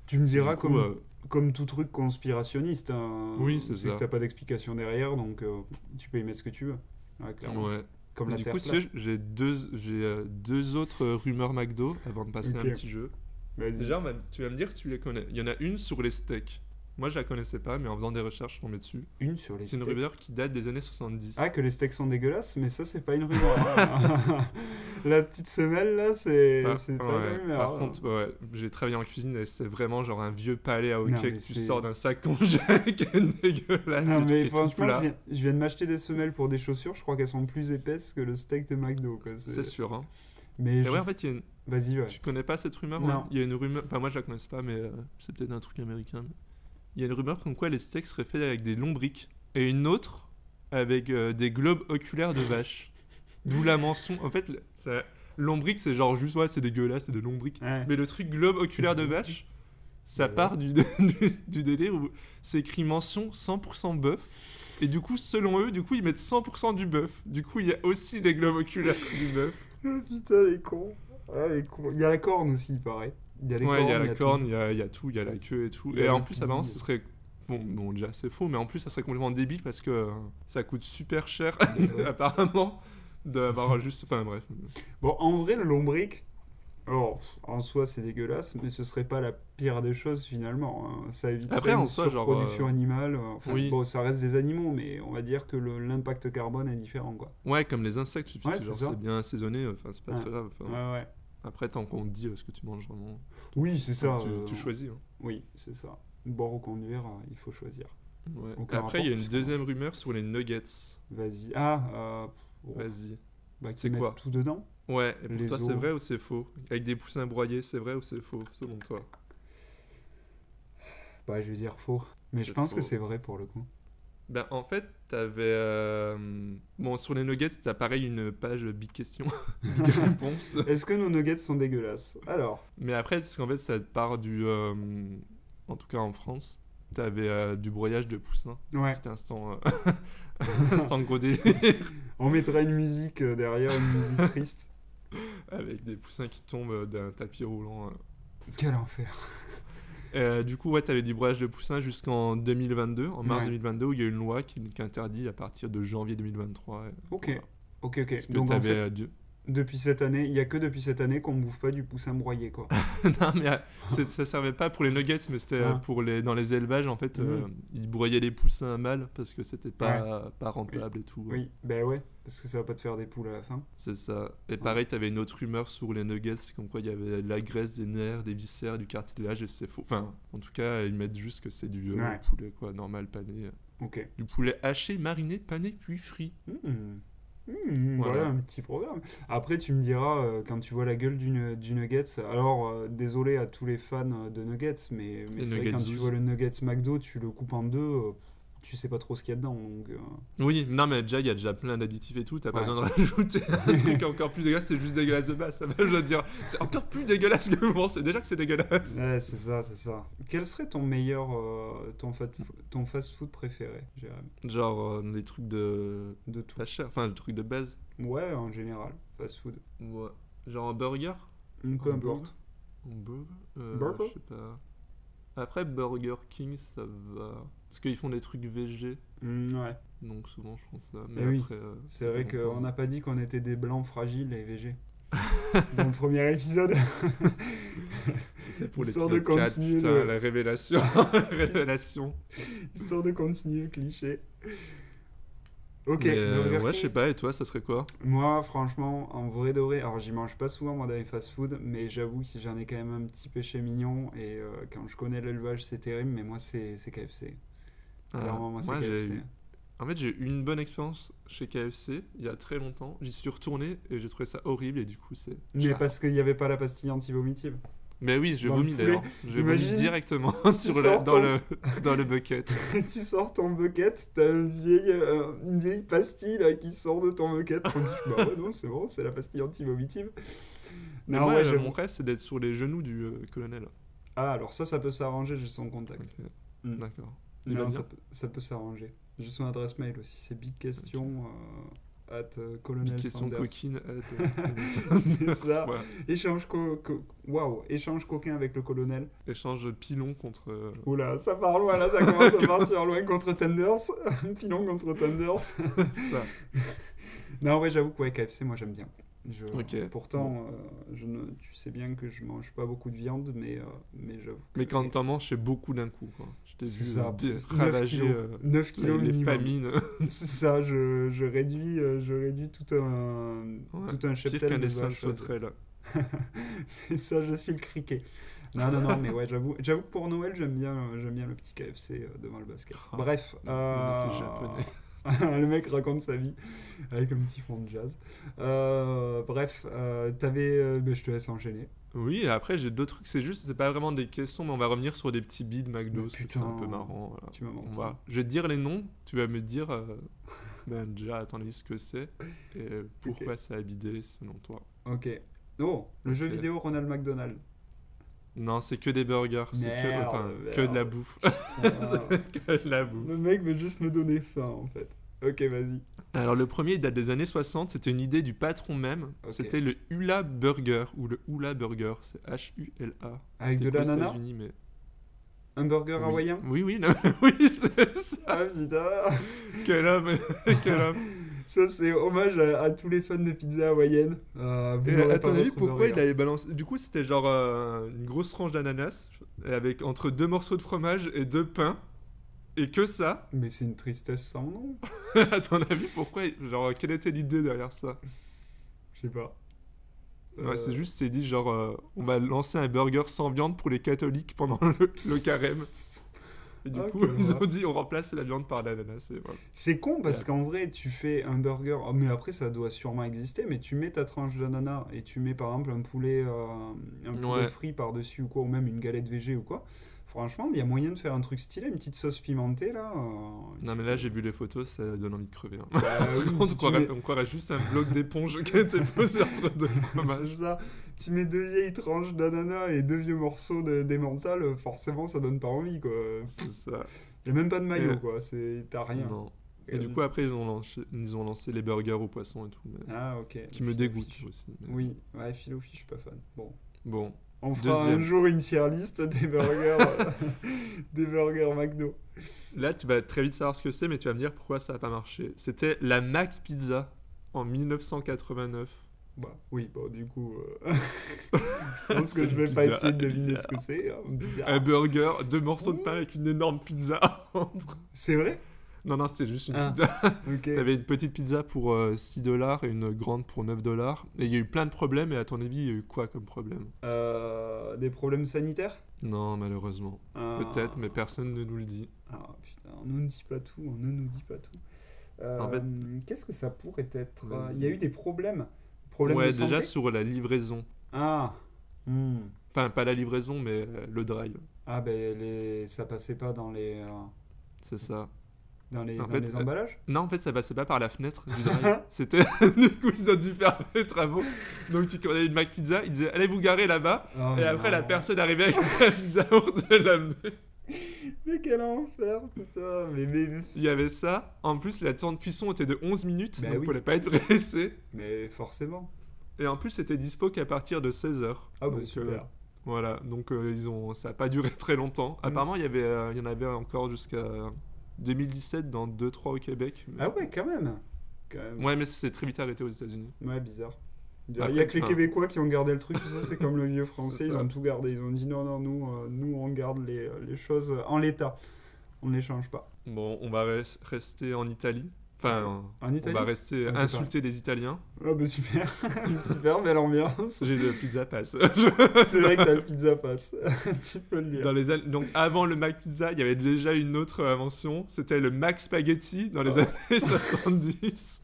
S8: Tu me
S6: Et
S8: diras
S6: du coup,
S8: comme,
S6: euh,
S8: comme tout truc conspirationniste. hein,
S6: Oui, c'est ça.
S8: que t'as pas d'explication derrière, donc euh, tu peux y mettre ce que tu veux. Ouais, clairement.
S6: ouais.
S8: Comme la
S6: du
S8: Terre
S6: coup, si tu
S8: plate.
S6: veux, j'ai deux j'ai euh, deux autres euh, rumeurs McDo avant de passer
S8: Ok.
S6: à un petit jeu.
S8: Vas-y.
S6: Déjà, on va- tu vas me dire si tu les connais. Il y en a une sur les steaks. Moi, je la connaissais pas, mais en faisant des recherches, je tombais dessus.
S8: Une sur les
S6: C'est une
S8: steaks.
S6: rumeur qui date des années 70.
S8: Ah, que les steaks sont dégueulasses, mais ça, c'est pas une rumeur. hein. [LAUGHS] La petite semelle, là, c'est
S6: Par,
S8: c'est pas
S6: Ah, ouais,
S8: une rumeur. hein.
S6: par contre, ouais, j'ai travaillé en cuisine et c'est vraiment genre un vieux palais à
S8: Non,
S6: hockey
S8: mais
S6: que tu
S8: c'est-
S6: sors d'un sac [LAUGHS] congelé qui est dégueulasse.
S8: non,
S6: le truc
S8: mais
S6: est tout
S8: franchement,
S6: plat.
S8: je viens, je viens de m'acheter des semelles pour des chaussures, je crois qu'elles sont plus épaisses que le steak de McDo. quoi, c'est-
S6: c'est sûr. Hein.
S8: Mais
S6: Et
S8: je-
S6: ouais, en fait, il y a une-
S8: vas-y, ouais.
S6: tu connais pas cette rumeur
S8: Non.
S6: hein Il y a une rumeur, enfin moi je la connais pas, mais euh, c'est peut-être un truc américain. mais- Il y a une rumeur comme quoi les steaks seraient faits avec des lombriques et une autre avec euh, des globes oculaires de vache. D'où la mention. En fait, le- ça... lombrique c'est genre juste ouais, c'est dégueulasse, c'est des lombriques.
S8: Ouais. [LAUGHS]
S6: Mais le truc globe oculaire de vache, ça [LAUGHS]
S8: Ouais.
S6: part du, du, du délire où c'est écrit mention 100% bœuf Et du coup, selon eux, du coup, ils mettent 100% du bœuf. Du coup, il y a aussi les globes oculaires du bœuf.
S8: Ah, Putain, les cons. Ah, les cons. Il y a la corne aussi, pareil. Il y a les
S6: Ouais,
S8: cornes,
S6: il y a la
S8: tout.
S6: corne, il y a, il y a tout, il y a la queue et tout.
S8: Il y a
S6: Et
S8: la
S6: en plus,
S8: cuisine.
S6: apparemment, ce serait. Bon, bon, déjà, c'est faux, mais en plus, ça serait complètement débile parce que euh, ça coûte super cher, [LAUGHS]
S8: Ouais.
S6: apparemment, d'avoir juste. Enfin, bref.
S8: Bon, en vrai, le lombric, alors, pff, en soi, c'est dégueulasse, mais ce serait pas la pire des choses finalement. hein. Ça éviterait
S6: Après, en
S8: une
S6: soi, genre,
S8: surproduction
S6: euh,
S8: animale. euh, Enfin,
S6: oui.
S8: bon, ça reste des animaux, mais on va dire que le- l'impact carbone est différent, quoi.
S6: Ouais, comme les insectes, tu sais,
S8: Ouais, c'est
S6: genre,
S8: ça.
S6: c'est bien assaisonné, euh, enfin, c'est pas
S8: Ouais.
S6: très grave. enfin.
S8: Ouais, ouais.
S6: Après, tant qu'on te dit euh, ce que tu manges vraiment,
S8: Oui, c'est ça.
S6: tu,
S8: euh,
S6: tu choisis. hein.
S8: Oui, c'est ça. Boire ou conduire, euh, il faut choisir.
S6: Ouais.
S8: Aucun
S6: Après, il y a
S8: rapport,
S6: une
S8: je
S6: deuxième rumeur sur les nuggets.
S8: Vas-y. Ah, euh, bon,
S6: Vas-y.
S8: bah, qu'ils
S6: c'est
S8: mettent
S6: quoi
S8: tout dedans.
S6: Ouais, et pour
S8: Les
S6: toi, c'est
S8: os.
S6: vrai ou c'est faux Avec des poussins broyés, c'est vrai ou c'est faux, selon toi
S8: Bah, je vais dire faux. Mais je
S6: C'est
S8: pense que
S6: faux.
S8: c'est vrai pour le coup. [LAUGHS]
S6: Ben, en fait, t'avais. euh, Bon, sur les nuggets, t'as pareil une page big question, [LAUGHS] big réponse.
S8: Est-ce que nos nuggets sont dégueulasses Alors,
S6: Mais après, c'est qu'en fait, ça part du. euh, En tout cas, en France, t'avais euh, du broyage de poussins.
S8: ouais.
S6: C'était instant. euh, [LAUGHS] instant gros délire.
S8: On mettra une musique euh, derrière, une
S6: [LAUGHS]
S8: musique triste.
S6: Avec des poussins qui tombent d'un tapis roulant. euh.
S8: Quel enfer.
S6: Euh, du coup, ouais, t'avais du broyage de poussins jusqu'en 2022, en mars
S8: Ouais.
S6: 2022, où il y a une loi qui, qui interdit à partir de janvier 2023. euh,
S8: Ok.
S6: voilà.
S8: Ok, ok.
S6: Parce que
S8: Donc en
S6: t'avais.
S8: fait,
S6: euh, du-
S8: depuis cette année, il n'y a que depuis cette année qu'on ne bouffe pas du poussin broyé,
S6: [LAUGHS]
S8: quoi.
S6: non, mais euh, c'est- ça servait pas pour les nuggets, mais c'était euh,
S8: Ah. Mmh.
S6: pour les dans les élevages en fait, euh, ils broyaient les poussins à mal parce que c'était pas pas rentable et tout.
S8: Oui, ben ouais, parce que ça va pas te faire des poules à la fin.
S6: C'est ça. Et pareil, t'avais une autre rumeur sur les nuggets, comme quoi il y avait de la graisse des nerfs, des viscères, du cartilage et c'est faux. Enfin, en tout cas, ils mettent juste que c'est du euh,
S8: Ouais.
S6: poulet quoi, normal pané, euh,
S8: Ok.
S6: du poulet haché, mariné, pané puis frit.
S8: Hmm. Hmm, voilà.
S6: Voilà.
S8: un petit programme. Après, tu me diras, euh, quand tu vois la gueule du, nu- du Nuggets, alors euh, désolé à tous les fans euh, de Nuggets, mais, mais
S6: Les
S8: c'est vrai que quand
S6: Nuggets
S8: tu
S6: 12.
S8: vois le Nuggets McDo, tu le coupes en deux, euh, tu sais pas trop ce qu'il y a dedans. Donc, euh,
S6: Oui, non mais déjà il y a déjà plein d'additifs et tout, t'as pas
S8: Ouais.
S6: besoin de rajouter
S8: [LAUGHS]
S6: un truc encore plus dégueulasse, c'est juste dégueulasse de base, ça va, je veux dire, c'est encore plus dégueulasse [LAUGHS] que vous pensez déjà que c'est dégueulasse.
S8: Ouais, c'est ça, c'est ça. Quel serait ton meilleur, euh, ton, fat- ton fast-food préféré, Jérémy
S6: Genre euh, les trucs de
S8: De tout.
S6: pas cher, enfin les trucs de base.
S8: Ouais, en général, fast-food.
S6: Ouais. Genre un burger
S8: Hmm, Peu
S6: Un
S8: importe.
S6: Un burger Euh,
S8: Burger
S6: Je sais pas. Après Burger King ça va. Parce qu'ils font des trucs VG,
S8: Hmm, ouais.
S6: donc souvent je pense ça.
S8: Eh
S6: Mais
S8: oui.
S6: après. euh,
S8: C'est
S6: ça
S8: vrai
S6: fait
S8: qu'on
S6: longtemps.
S8: n'a pas dit qu'on était des blancs fragiles et
S6: [LAUGHS]
S8: VG. Dans le premier épisode. [LAUGHS]
S6: C'était pour
S8: Histoire
S6: l'épisode
S8: de
S6: 4,
S8: continuer
S6: putain,
S8: le-
S6: la révélation. [LAUGHS] la révélation.
S8: Histoire de continuer le cliché. Ok,
S6: Mais, euh,
S8: Burger
S6: ouais,
S8: King.
S6: je sais pas, et toi ça serait quoi
S8: Moi, franchement, en vrai de vrai, alors j'y mange pas souvent moi dans les fast-food, mais j'avoue que j'en ai quand même un petit péché mignon et euh, quand je connais l'élevage, c'est terrible, mais moi c'est c'est KFC.
S6: Ah,
S8: Clairement, moi c'est
S6: moi, j'ai
S8: KFC.
S6: eu- En fait, j'ai eu une bonne expérience chez KFC il y a très longtemps. J'y suis retourné et j'ai trouvé ça horrible et du coup c'est.
S8: Mais
S6: Ah.
S8: parce qu'il n'y avait pas la pastille anti-vomitive.
S6: Mais oui, j'ai
S8: Dans le
S6: vomi
S8: poulet.
S6: d'ailleurs. J'ai vomi
S8: Imagine,
S6: directement [LAUGHS] sur la-
S8: sors
S6: dans,
S8: ton-
S6: le, dans le
S8: [LAUGHS]
S6: bucket.
S8: tu sors ton bucket, t'as une vieille, euh, une vieille pastille là, qui sort de ton bucket. Tu dis, bah ouais, non, c'est bon, c'est la pastille anti-vomitive.
S6: Mais
S8: Non,
S6: moi,
S8: ouais,
S6: euh,
S8: j'avoue.
S6: mon rêve, c'est d'être sur les genoux du euh, colonel.
S8: Ah, alors ça, ça peut s'arranger, j'ai son contact.
S6: Ok.
S8: Mm.
S6: D'accord. Il va
S8: Non,
S6: bien
S8: ça peut, ça peut s'arranger. J'ai son adresse mail aussi, c'est big question at euh, colonel
S6: Piquer son
S8: Sanders.
S6: coquine. euh, de-
S8: [LAUGHS] C'est ça.
S6: [LAUGHS] Ouais.
S8: Échange, co- co- waouh, échange coquin avec le colonel.
S6: Échange pilon contre. euh,
S8: Oula, ça part loin là, ça commence [LAUGHS] à partir loin contre Thunders. [LAUGHS] Pilon contre [LAUGHS] Thunders.
S6: ça.
S8: Non, ouais, j'avoue que ouais, KFC, moi j'aime bien. Je-
S6: Ok.
S8: Pourtant, euh, je ne, tu sais bien que je mange pas beaucoup de viande, mais, euh, mais j'avoue.
S6: Mais
S8: que-
S6: quand t'en manges, c'est beaucoup d'un coup. Quoi. Je t'ai
S8: C'est
S6: vu
S8: ça,
S6: euh, dé-
S8: 9
S6: ravager
S8: kilos.
S6: euh,
S8: 9 kilos
S6: les
S8: minimum.
S6: famines.
S8: [LAUGHS] C'est ça, je, je réduis, euh, je réduis tout un,
S6: Ouais,
S8: tout
S6: [LAUGHS]
S8: un
S6: Pire
S8: cheptel
S6: qu'un
S8: de
S6: dessin de
S8: vaches.
S6: sauterelle.
S8: [LAUGHS] C'est ça, je suis le criquet. Non, non, non, mais ouais, j'avoue, j'avoue que pour Noël, j'aime bien, euh, j'aime bien le petit KFC euh, devant le basket.
S6: Ah,
S8: Bref,
S6: le- le mec est
S8: euh, [LAUGHS] le mec raconte sa vie avec un petit fond de jazz. Euh, bref, euh, t'avais, euh, ben, je te laisse enchaîner.
S6: Oui, et après j'ai deux trucs, c'est juste, c'est pas vraiment des questions, mais on va revenir sur des petits bits McDo,
S8: Mais
S6: parce que c'est un
S8: putain,
S6: peu marrant. voilà.
S8: Tu m'as
S6: On
S8: menti.
S6: va... Je vais te dire les noms, tu vas me dire euh, ben, déjà à ton avis ce que c'est et pourquoi ça a bidé selon toi.
S8: Ok. Oh, le jeu
S6: Ok. [LAUGHS]
S8: vidéo Ronald McDonald.
S6: Non, c'est que des burgers, c'est que,
S8: Merde,
S6: enfin,
S8: merde.
S6: que de la
S8: [LAUGHS]
S6: bouffe. C'est que de la bouffe.
S8: Euh, Le mec veut juste me donner faim en fait. Ok, vas-y.
S6: Alors le premier il date des années 60, c'était une idée du patron même.
S8: Ok.
S6: C'était le Hula Burger ou le Hula Burger, c'est H-U-L-A.
S8: Avec
S6: C'était
S8: de
S6: connu aux
S8: l'ananas
S6: États-Unis, mais...
S8: Un burger
S6: oui.
S8: hawaïen
S6: Oui, oui, non, [LAUGHS] oui, c'est ça.
S8: Ah putain [LAUGHS]
S6: Quel homme, [LAUGHS] quel homme.
S8: Ça c'est hommage à, à tous les fans de pizza hawaïenne. Euh, vous
S6: Et
S8: n'aurez
S6: à
S8: pas
S6: ton avis,
S8: votre
S6: pourquoi il
S8: burger.
S6: avait balancé Du coup, c'était genre euh, une grosse tranche d'ananas et avec entre deux morceaux de fromage et deux pains et que ça. [LAUGHS]
S8: Mais c'est une tristesse sans nom.
S6: à ton avis, pourquoi il- Genre, quelle était l'idée derrière ça
S8: Je sais pas.
S6: Ouais,
S8: Euh,
S6: c'est juste, c'est dit genre, euh, on va lancer un burger sans viande pour les catholiques pendant le, le carême. Et du
S8: Ah,
S6: coup,
S8: que
S6: ils
S8: voilà.
S6: ont dit, on remplace la viande par l'ananas. et voilà.
S8: C'est con parce qu'en vrai, tu fais un burger, oh, mais après ça doit sûrement exister, mais tu mets ta tranche d'ananas et tu mets par exemple un poulet, euh, un poulet
S6: Ouais.
S8: frit par-dessus ou quoi, ou même une galette végé ou quoi. Franchement, il y a moyen de faire un truc stylé, une petite sauce pimentée là. euh,
S6: Non,
S8: tu-
S6: mais là, j'ai vu les photos, ça donne envie de crever.
S8: [LAUGHS]
S6: hein.
S8: Bah
S6: [LAUGHS]
S8: oui,
S6: on,
S8: si tu
S6: croirait,
S8: mets-
S6: on croirait juste un bloc d'éponge qui a été posé entre deux
S8: [LAUGHS]
S6: fromages.
S8: C'est ça. Tu mets deux vieilles tranches d'ananas et deux vieux morceaux de- d'emmental, euh, forcément ça donne pas envie quoi.
S6: C'est ça.
S8: Il y a même pas de maillot
S6: Et-
S8: quoi, c'est- t'as rien.
S6: Euh. Non. Et du coup, après, ils ont lancé, ils ont lancé les burgers aux poissons et tout, mais-
S8: Euh, Ah ok.
S6: qui me dégoûtent aussi. mais-
S8: Oui, ouais, Philophile, je suis pas fan. Bon.
S6: Bon,
S8: On fera
S6: Deuxième.
S8: un jour une tier list des burgers, euh, [LAUGHS] des burgers McDo.
S6: Là, tu vas très vite savoir ce que c'est, mais tu vas me dire pourquoi ça n'a pas marché. C'était la Mac Pizza en 1989.
S8: Bah oui, bon du coup, euh, [LAUGHS] je pense que
S6: C'est
S8: je vais pas
S6: bizarre,
S8: essayer de deviner
S6: bizarre.
S8: ce que c'est. hein, bizarre.
S6: Un burger, deux morceaux de pain avec une énorme pizza [LAUGHS] entre.
S8: C'est vrai
S6: Non, non, c'était juste une
S8: Ah.
S6: pizza.
S8: Ok.
S6: T'avais une petite pizza pour euh, 6 dollars et une grande pour 9 dollars. Et il y a eu plein de problèmes, et à ton avis, il y a eu quoi comme problème
S8: Euh, des problèmes sanitaires
S6: Non, malheureusement.
S8: Ah.
S6: Peut-être, mais personne ne nous le dit.
S8: Ah putain, on ne nous dit pas tout, on ne nous dit pas tout. Euh,
S6: En fait-
S8: Qu'est-ce que ça pourrait être
S6: Vas-y.
S8: Il y a eu des problèmes. Problèmes
S6: ouais,
S8: de santé
S6: déjà sur la livraison.
S8: Ah hmm.
S6: Enfin, pas la livraison, mais euh, le drive.
S8: Ah ben les... ça passait pas dans les, euh,
S6: C'est ça.
S8: dans les,
S6: En
S8: dans
S6: fait,
S8: les
S6: euh,
S8: emballages
S6: Non, en fait, ça passait pas par la fenêtre du drive. C'était. [LAUGHS] du coup, ils ont dû faire [LAUGHS] les travaux. Donc, tu commandais une Mac Pizza, ils disaient Allez vous garer là-bas.
S8: Oh,
S6: [LAUGHS] Et après, la
S8: non.
S6: personne arrivait avec la [LAUGHS] pizza pour te l'amener.
S8: Mais quel enfer, putain. Mais, mais,
S6: Il y avait ça. En plus, la temps de cuisson était de 11 minutes,
S8: Bah
S6: donc
S8: oui.
S6: fallait pas être [LAUGHS] pressé.
S8: mais forcément.
S6: Et en plus, c'était dispo qu'à partir de 16h.
S8: Ah bah
S6: Donc, euh,
S8: super.
S6: voilà, donc euh, ils ont... ça a pas duré très longtemps.
S8: Mm.
S6: Apparemment, il y, avait, euh, il y en avait encore jusqu'à 2017 dans 2-3 au Québec. Mais-
S8: Ah ouais, quand même. Quand même.
S6: Ouais, mais c'est très vite arrêté aux États-Unis.
S8: Ouais, bizarre. Il y a
S6: Après,
S8: que les
S6: enfin-
S8: Québécois qui ont gardé le truc, tout ça, c'est comme le vieux
S6: [LAUGHS]
S8: français,
S6: C'est
S8: ils
S6: ça.
S8: ont tout gardé. Ils ont dit non, non, nous, euh, nous on garde les, les choses en l'état. On ne les change pas.
S6: Bon, on va res- rester en Italie. Enfin,
S8: En
S6: on
S8: Italie
S6: va rester
S8: Ah, t'es
S6: insulter les Italiens.
S8: Ah bah super. [LAUGHS] super,
S6: [LAUGHS]
S8: belle ambiance.
S6: J'ai le pizza
S8: [LAUGHS]
S6: pass.
S8: C'est vrai que t'as le pizza pass. [LAUGHS] tu peux le
S6: Dans
S8: dire.
S6: les an- Donc avant le Mac Pizza, il y avait déjà une autre invention. C'était le Mac Spaghetti dans
S8: Oh.
S6: les années [LAUGHS] 70.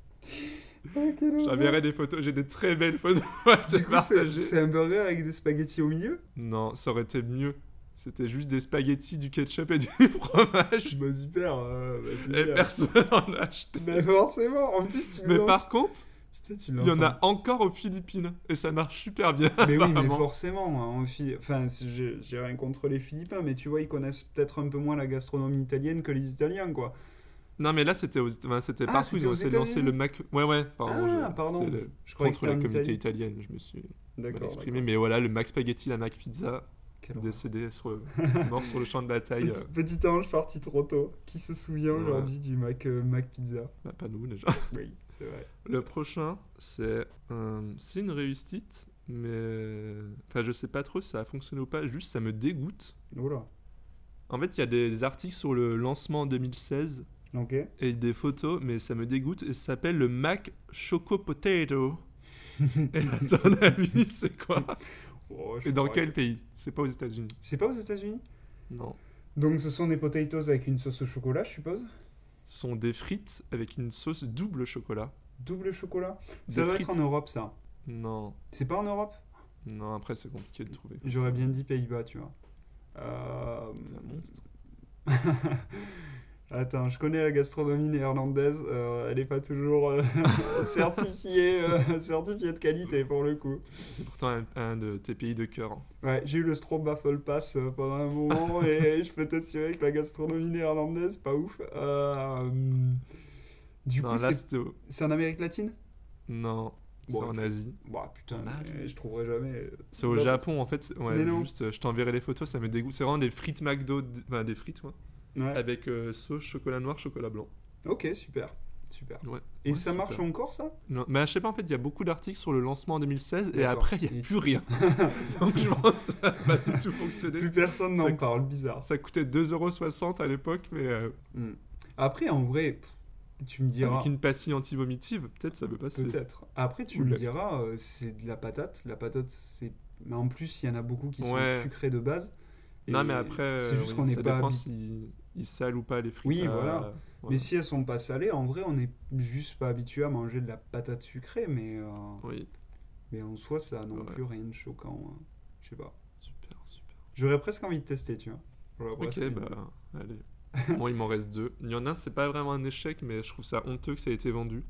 S8: Ah, quel enfer.
S6: J'enverrai des photos. J'ai des très belles photos [LAUGHS] à te
S8: Du coup, c'est-
S6: partager.
S8: c'est un burger avec des spaghettis au milieu
S6: Non, ça aurait été mieux. C'était juste des spaghettis, du ketchup et du [LAUGHS] fromage.
S8: Bah super. euh, bah,
S6: Et
S8: super.
S6: personne [LAUGHS] en a acheté.
S8: [LAUGHS] Mais forcément, en plus tu me
S6: Mais
S8: lances-
S6: par contre,
S8: Putain, tu
S6: il y en a encore aux Philippines. Et ça marche super bien.
S8: Mais oui, mais
S6: apparemment.
S8: forcément. hein, en Phil- Enfin, c'est- j'ai j'ai rien contre les Philippins, mais tu vois, ils connaissent peut-être un peu moins la gastronomie italienne que les Italiens, quoi.
S6: Non, mais là, c'était aux... enfin, c'était
S8: Ah,
S6: partout.
S8: c'était
S6: Ils ont
S8: aux
S6: essayé de lancer le
S8: États-Unis
S6: Mac. Ouais, ouais, pardon.
S8: Ah,
S6: je-
S8: pardon.
S6: c'était le-
S8: Je croyais que
S6: Contre
S8: c'était
S6: la
S8: en
S6: communauté
S8: Italie.
S6: italienne, je me suis mal
S8: D'accord.
S6: exprimé.
S8: d'accord.
S6: Mais voilà, le Mac Spaghetti, la Mac Pizza,
S8: Quel horreur.
S6: décédé sur...
S8: [LAUGHS]
S6: mort sur le champ de bataille.
S8: Petit,
S6: euh,
S8: petit ange parti trop tôt. Qui se souvient
S6: Ouais.
S8: aujourd'hui du Mac, euh, Mac Pizza
S6: bah, pas nous, déjà.
S8: Oui, c'est vrai.
S6: Le prochain, c'est euh, c'est une réussite, mais. Enfin, je sais pas trop si ça a fonctionné ou pas. Juste, ça me dégoûte.
S8: Oula.
S6: En fait, il y a des articles sur le lancement en 2016
S8: Ok.
S6: et des photos, mais ça me dégoûte. Et ça s'appelle le Mac Choco Potato. et à ton avis, c'est quoi
S8: Oh, je
S6: Et dans
S8: crois
S6: quel
S8: que-
S6: pays C'est pas aux États-Unis.
S8: C'est pas aux États-Unis
S6: Non.
S8: Donc, ce sont des potatoes avec une sauce au chocolat, je suppose
S6: Ce sont des frites avec une sauce double chocolat.
S8: Double chocolat
S6: Des
S8: Ça doit
S6: frites.
S8: être en Europe, ça.
S6: Non.
S8: C'est pas en Europe
S6: Non, après c'est compliqué de trouver.
S8: J'aurais bien dit Pays-Bas, tu vois. Euh, [LAUGHS]
S6: C'est un monstre.
S8: Attends, je connais la gastronomie néerlandaise, euh, elle n'est pas
S6: [LAUGHS]
S8: toujours euh, certifiée, euh, certifiée de qualité pour le coup.
S6: C'est pourtant un, un de tes pays de cœur. hein.
S8: Ouais, j'ai eu le Strombafel Pass euh, pendant un moment et je peux t'assurer que la gastronomie néerlandaise, pas ouf. Euh, du
S6: Non,
S8: coup,
S6: Bah, là,
S8: c'est-
S6: c'était au-
S8: c'est en Amérique latine
S6: Non, c'est
S8: Bon,
S6: en
S8: ok.
S6: Asie.
S8: Bah putain,
S6: Bah,
S8: mais
S6: c'est-
S8: je trouverai jamais. euh,
S6: C'est au
S8: Bah,
S6: Japon, en fait. c'est- Ouais,
S8: Mais non.
S6: juste, euh, je t'enverrai les photos, ça me dégoûte. C'est vraiment des frites McDo, d- enfin des frites, quoi.
S8: Ouais.
S6: Avec euh, sauce chocolat noir, chocolat blanc.
S8: Ok, super. Super.
S6: Ouais.
S8: Et
S6: Ouais,
S8: ça
S6: super.
S8: marche encore ça
S6: Non, mais je sais pas, en fait, il y a beaucoup d'articles sur le lancement en 2016 et
S8: D'accord.
S6: après, il n'y a
S8: Et-
S6: plus
S8: [LAUGHS]
S6: rien. Donc je pense que ça n'a pas du tout fonctionné.
S8: Plus personne
S6: Ça
S8: n'en
S6: coûte-
S8: parle, bizarre.
S6: Ça coûtait 2,60€ à l'époque, mais euh,
S8: Hmm. Après, en vrai, pff, tu me diras.
S6: avec une pastille anti-vomitive, peut-être ça peut passer.
S8: Peut-être. Après, tu
S6: Oula.
S8: me diras, euh, c'est de la patate. La patate, c'est. Mais en plus, il y en a beaucoup qui
S6: Ouais.
S8: sont sucrés de base.
S6: Non,
S8: Et
S6: mais après,
S8: C'est juste
S6: euh,
S8: qu'on n'est
S6: ça
S8: pas.
S6: dépend
S8: habi-
S6: s'ils ils salent ou pas les frites.
S8: Oui,
S6: à-
S8: voilà.
S6: voilà.
S8: Mais si elles sont pas salées, en vrai, on n'est juste pas habitué à manger de la patate sucrée. Mais, euh,
S6: Oui,
S8: mais en soi, ça n'a non
S6: Ouais.
S8: plus rien de choquant. hein. Je sais pas.
S6: super, super.
S8: J'aurais presque envie de tester, tu vois. J'aurais
S6: Ok,
S8: presque envie de-
S6: bah, allez. Moi, il m'en reste deux. Il y en a un, c'est pas vraiment un échec, mais je trouve ça honteux que ça ait été vendu.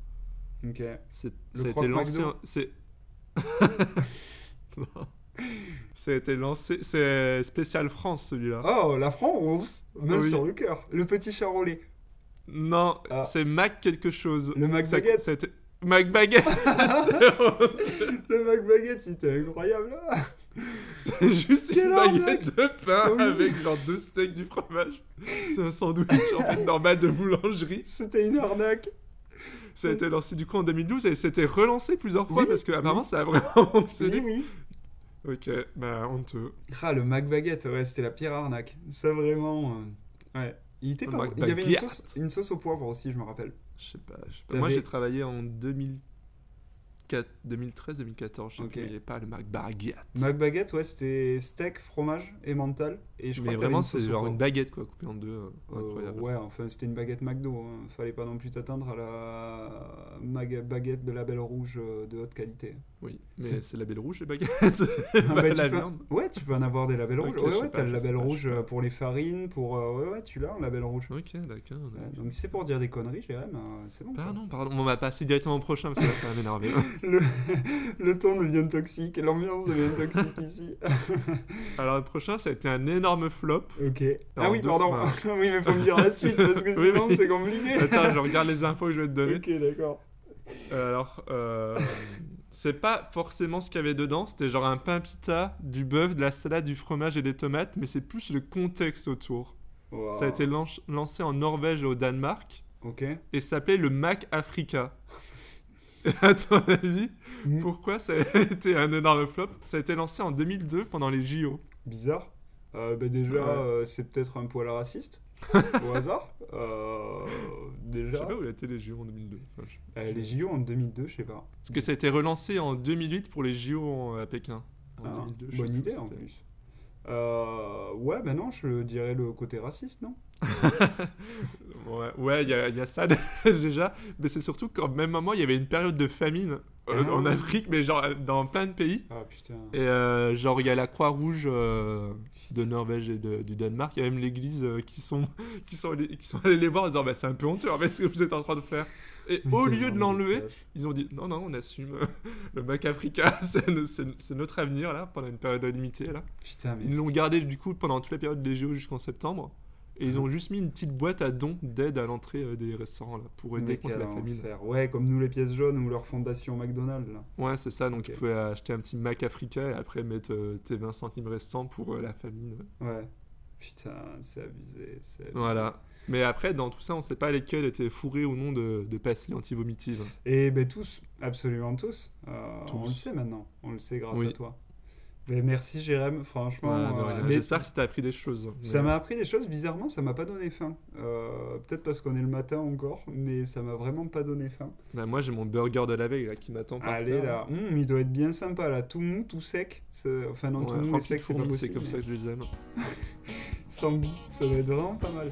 S8: Ok.
S6: C'est- Ça
S8: Le
S6: a été
S8: croque
S6: lancé.
S8: McDo
S6: en- C'est. [LAUGHS] Non. Ça a été lancé. C'est spécial France, celui-là.
S8: Oh, la France Main
S6: Oui.
S8: sur le cœur. Le petit charolais.
S6: Non,
S8: Ah.
S6: c'est Mac quelque chose.
S8: Le Mac
S6: Ça-
S8: Baguette.
S6: ça a été- Mac Baguette [LAUGHS] C'est honteux.
S8: [LAUGHS] Le McBaguette, c'était incroyable.
S6: C'est juste
S8: Quelle
S6: une baguette de pain
S8: Ah Oui.
S6: avec genre deux steaks du fromage. C'est un sandwich en
S8: [LAUGHS]
S6: fait normal de boulangerie.
S8: C'était une arnaque.
S6: Ça a été lancé du coup en 2012 et c'était relancé plusieurs fois
S8: Oui,
S6: parce que apparemment ça a vraiment fonctionné.
S8: oui.
S6: Ok, bah honteux.
S8: Ah, le McBaguette, ouais, c'était la pire arnaque. Ça, vraiment. euh, Ouais. Il était
S6: Le
S8: pas... Il y avait une
S6: McBaguette.
S8: sauce, une sauce au poivre aussi, je me rappelle.
S6: Je sais pas. je sais pas. Moi
S8: T'avais-
S6: j'ai travaillé en 2004, 2013, 2014. Je sais
S8: Ok.
S6: plus, mais il n'y avait pas le Mac Baguette.
S8: McBaguette, ouais, c'était steak, fromage et mental. Et je crois
S6: Mais
S8: que t'avais
S6: vraiment
S8: une
S6: c'est
S8: sauce au
S6: genre
S8: poivre.
S6: une baguette quoi, coupée en deux. euh,
S8: Euh,
S6: Incroyable.
S8: ouais, enfin, c'était une baguette McDo. hein. Fallait pas non plus t'attendre à la maga- baguette de label rouge euh, de haute qualité.
S6: Oui,
S8: C'est-
S6: mais c'est la belle rouge les baguettes.
S8: [LAUGHS] Ah
S6: Pas
S8: bah, tu
S6: la
S8: peux-
S6: viande.
S8: Ouais, tu peux en avoir des labels
S6: Ok,
S8: rouges.
S6: je
S8: Ouais,
S6: sais
S8: ouais,
S6: pas,
S8: t'as
S6: je
S8: le
S6: sais
S8: label
S6: pas, je
S8: rouge
S6: sais pas.
S8: euh, pour les farines, pour. euh, ouais, ouais, tu l'as, un label rouge.
S6: Ok, d'accord.
S8: Ouais,
S6: d'accord.
S8: donc si c'est pour dire des conneries, Jérém, euh, c'est bon. quoi.
S6: Pardon, pardon, on va passer directement au prochain parce que là ça va m'énerver.
S8: [LAUGHS] Le, le ton devient toxique, l'ambiance devient
S6: [LAUGHS]
S8: toxique ici.
S6: Alors le prochain, ça a été un énorme flop.
S8: ok.
S6: Alors,
S8: ah oui,
S6: deux
S8: pardon.
S6: fois.
S8: [LAUGHS] oui, mais faut me dire la suite parce
S6: [LAUGHS]
S8: que
S6: Oui,
S8: sinon
S6: oui.
S8: c'est compliqué.
S6: Attends, je regarde les infos que je vais te donner.
S8: ok, d'accord.
S6: Euh, Alors,
S8: [LAUGHS]
S6: euh, c'est pas forcément ce qu'il y avait dedans, c'était genre un pain pita, du bœuf, de la salade, du fromage et des tomates, mais c'est plus le contexte autour.
S8: Wow.
S6: Ça a été lan- lancé en Norvège et au Danemark
S8: Ok.
S6: et s'appelait le Mac Africa. [LAUGHS] Et à ton avis,
S8: Mm.
S6: pourquoi ça a [LAUGHS] été un énorme flop Ça a été lancé en 2002 pendant les JO.
S8: Bizarre. Euh, bah, déjà,
S6: Ouais.
S8: euh, c'est peut-être un poil raciste.
S6: [LAUGHS]
S8: au hasard. Euh,
S6: Je sais
S8: déjà.
S6: pas où la télé JO en 2002. Enfin, je-
S8: Euh, les JO en 2002, je sais pas.
S6: Parce que ça a été relancé en 2008 pour les JO en- à Pékin. En
S8: Ah,
S6: 2002, je sais
S8: bonne
S6: plus
S8: idée
S6: où
S8: en
S6: c'était.
S8: plus. Euh, ouais, ben non, je dirais le côté raciste, non
S6: Ouais, ouais, il y, a- il y a ça [LAUGHS] déjà. Mais c'est surtout qu'en même moment, il y avait une période de famine euh,
S8: Ah.
S6: en Afrique, mais genre euh, dans plein de pays.
S8: Ah putain.
S6: Et euh, genre, il y a la Croix-Rouge euh, de Norvège et de- du Danemark. Il y a même l'église euh, qui, sont, [LAUGHS] qui, sont allés, qui sont allés les voir en disant bah, C'est un peu honteux, mais ce que vous êtes en train de faire. Et au lieu de l'enlever, ils ont dit Non, non, on assume [LAUGHS] euh, le Mac Africa, [LAUGHS] c'est no- c'est- c'est notre avenir là, pendant une période limitée là.
S8: Putain, mais.
S6: Ils l'ont gardé du coup pendant toute la période des JO jusqu'en septembre. Et ils ont
S8: Mhm.
S6: juste mis une petite boîte à dons d'aide à l'entrée euh, des restaurants là, pour aider
S8: Mais
S6: contre
S8: quel
S6: la famine.
S8: enfer. Ouais, comme nous les pièces jaunes ou leur fondation McDonald's. là.
S6: Ouais, c'est ça. Donc
S8: Ok.
S6: tu pouvais acheter un petit Mac Africa et après mettre euh, tes 20 centimes restants pour euh, la famine.
S8: Ouais. Putain, c'est abusé. c'est abusé.
S6: Voilà. Mais après, dans tout ça, on sait pas lesquels étaient fourrés au nom de, de pastilles antivomitives.
S8: Et ben tous, absolument tous. Euh,
S6: Tous.
S8: On le sait maintenant. On le sait grâce
S6: Oui.
S8: à toi. Ben, merci, Jérém. Franchement.
S6: Ouais, de
S8: euh,
S6: rien.
S8: mais-
S6: J'espère que t'as appris des choses.
S8: Ça
S6: Mais-
S8: m'a appris des choses, bizarrement, ça m'a pas donné faim. Euh, Peut-être parce qu'on est le matin encore, mais ça m'a vraiment pas donné faim.
S6: Bah, moi, j'ai mon burger de la veille là, qui m'attend par
S8: Allez
S6: terre.
S8: là, Hum, il doit être bien sympa là, tout mou, tout sec. C'est- Enfin non, tout
S6: Ouais,
S8: mou et
S6: Francky
S8: sec, c'est pas
S6: Fourmi,
S8: possible.
S6: c'est comme ça
S8: mais
S6: que je les aime.
S8: Sans bout, ça doit être vraiment pas mal.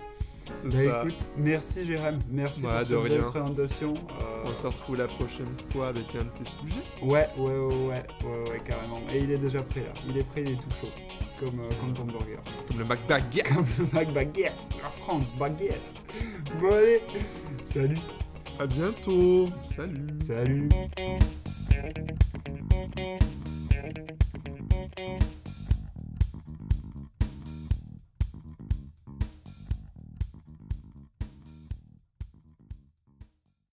S6: C'est
S8: Bah
S6: ça.
S8: écoute, merci Jérém, merci
S6: Bah,
S8: pour
S6: de
S8: cette belle
S6: rien.
S8: présentation. Euh,
S6: On se retrouve la prochaine fois avec un petit sujet.
S8: ouais, ouais, ouais, ouais, ouais, ouais, carrément. Et il est déjà prêt là, il est prêt, il est tout chaud, comme, euh, comme ton burger.
S6: Comme le McBag.
S8: [LAUGHS] Comme ce Mac Baguette, la France Baguette. Bon allez, salut,
S6: À bientôt. Salut.
S8: salut.